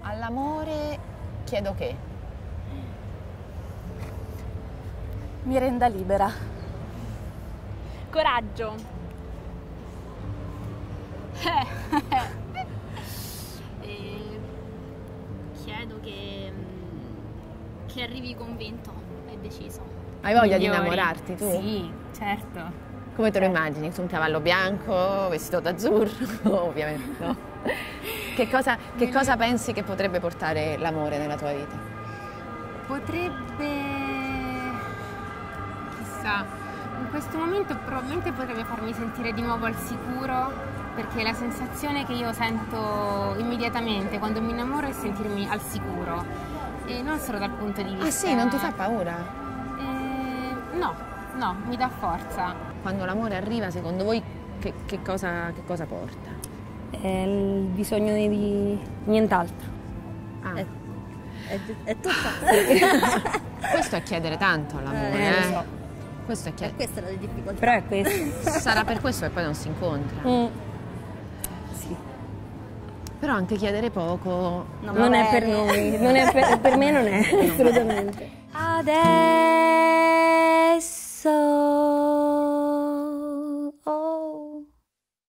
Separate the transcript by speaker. Speaker 1: All'amore chiedo che.
Speaker 2: Mi renda libera.
Speaker 3: Coraggio.
Speaker 4: E chiedo che, mm, che arrivi convinto, è deciso.
Speaker 1: Hai voglia di
Speaker 3: Migliori.
Speaker 1: innamorarti tu?
Speaker 3: Sì, certo.
Speaker 1: Come
Speaker 5: Cioè.
Speaker 1: te lo immagini? Su un cavallo bianco, vestito d'azzurro, ovviamente no. Che cosa, che cosa pensi che potrebbe portare l'amore nella tua vita?
Speaker 6: Potrebbe... chissà, in questo momento probabilmente potrebbe farmi sentire di nuovo al sicuro perché la sensazione che io sento immediatamente quando mi innamoro è sentirmi al sicuro e non solo dal punto di vista...
Speaker 1: Ah sì, non ti fa paura?
Speaker 6: Eh, no, no, mi dà forza.
Speaker 1: Quando l'amore arriva, secondo voi che, che cosa, che cosa porta?
Speaker 2: È il bisogno di nient'altro.
Speaker 1: Ah,
Speaker 5: È, è tutta.
Speaker 1: questo è chiedere tanto all'amore,
Speaker 5: Eh,
Speaker 1: eh?
Speaker 5: lo so.
Speaker 1: Questo è
Speaker 5: E
Speaker 1: chiedere.
Speaker 5: questa è la difficoltà.
Speaker 2: Però è questo.
Speaker 1: Sarà per questo che poi non si incontra.
Speaker 2: Mm. Sì.
Speaker 1: Però anche chiedere poco.
Speaker 5: Non,
Speaker 2: Non
Speaker 5: va
Speaker 2: è per
Speaker 5: bene.
Speaker 2: noi, non è per, per me non è, assolutamente. Adesso
Speaker 5: Oh.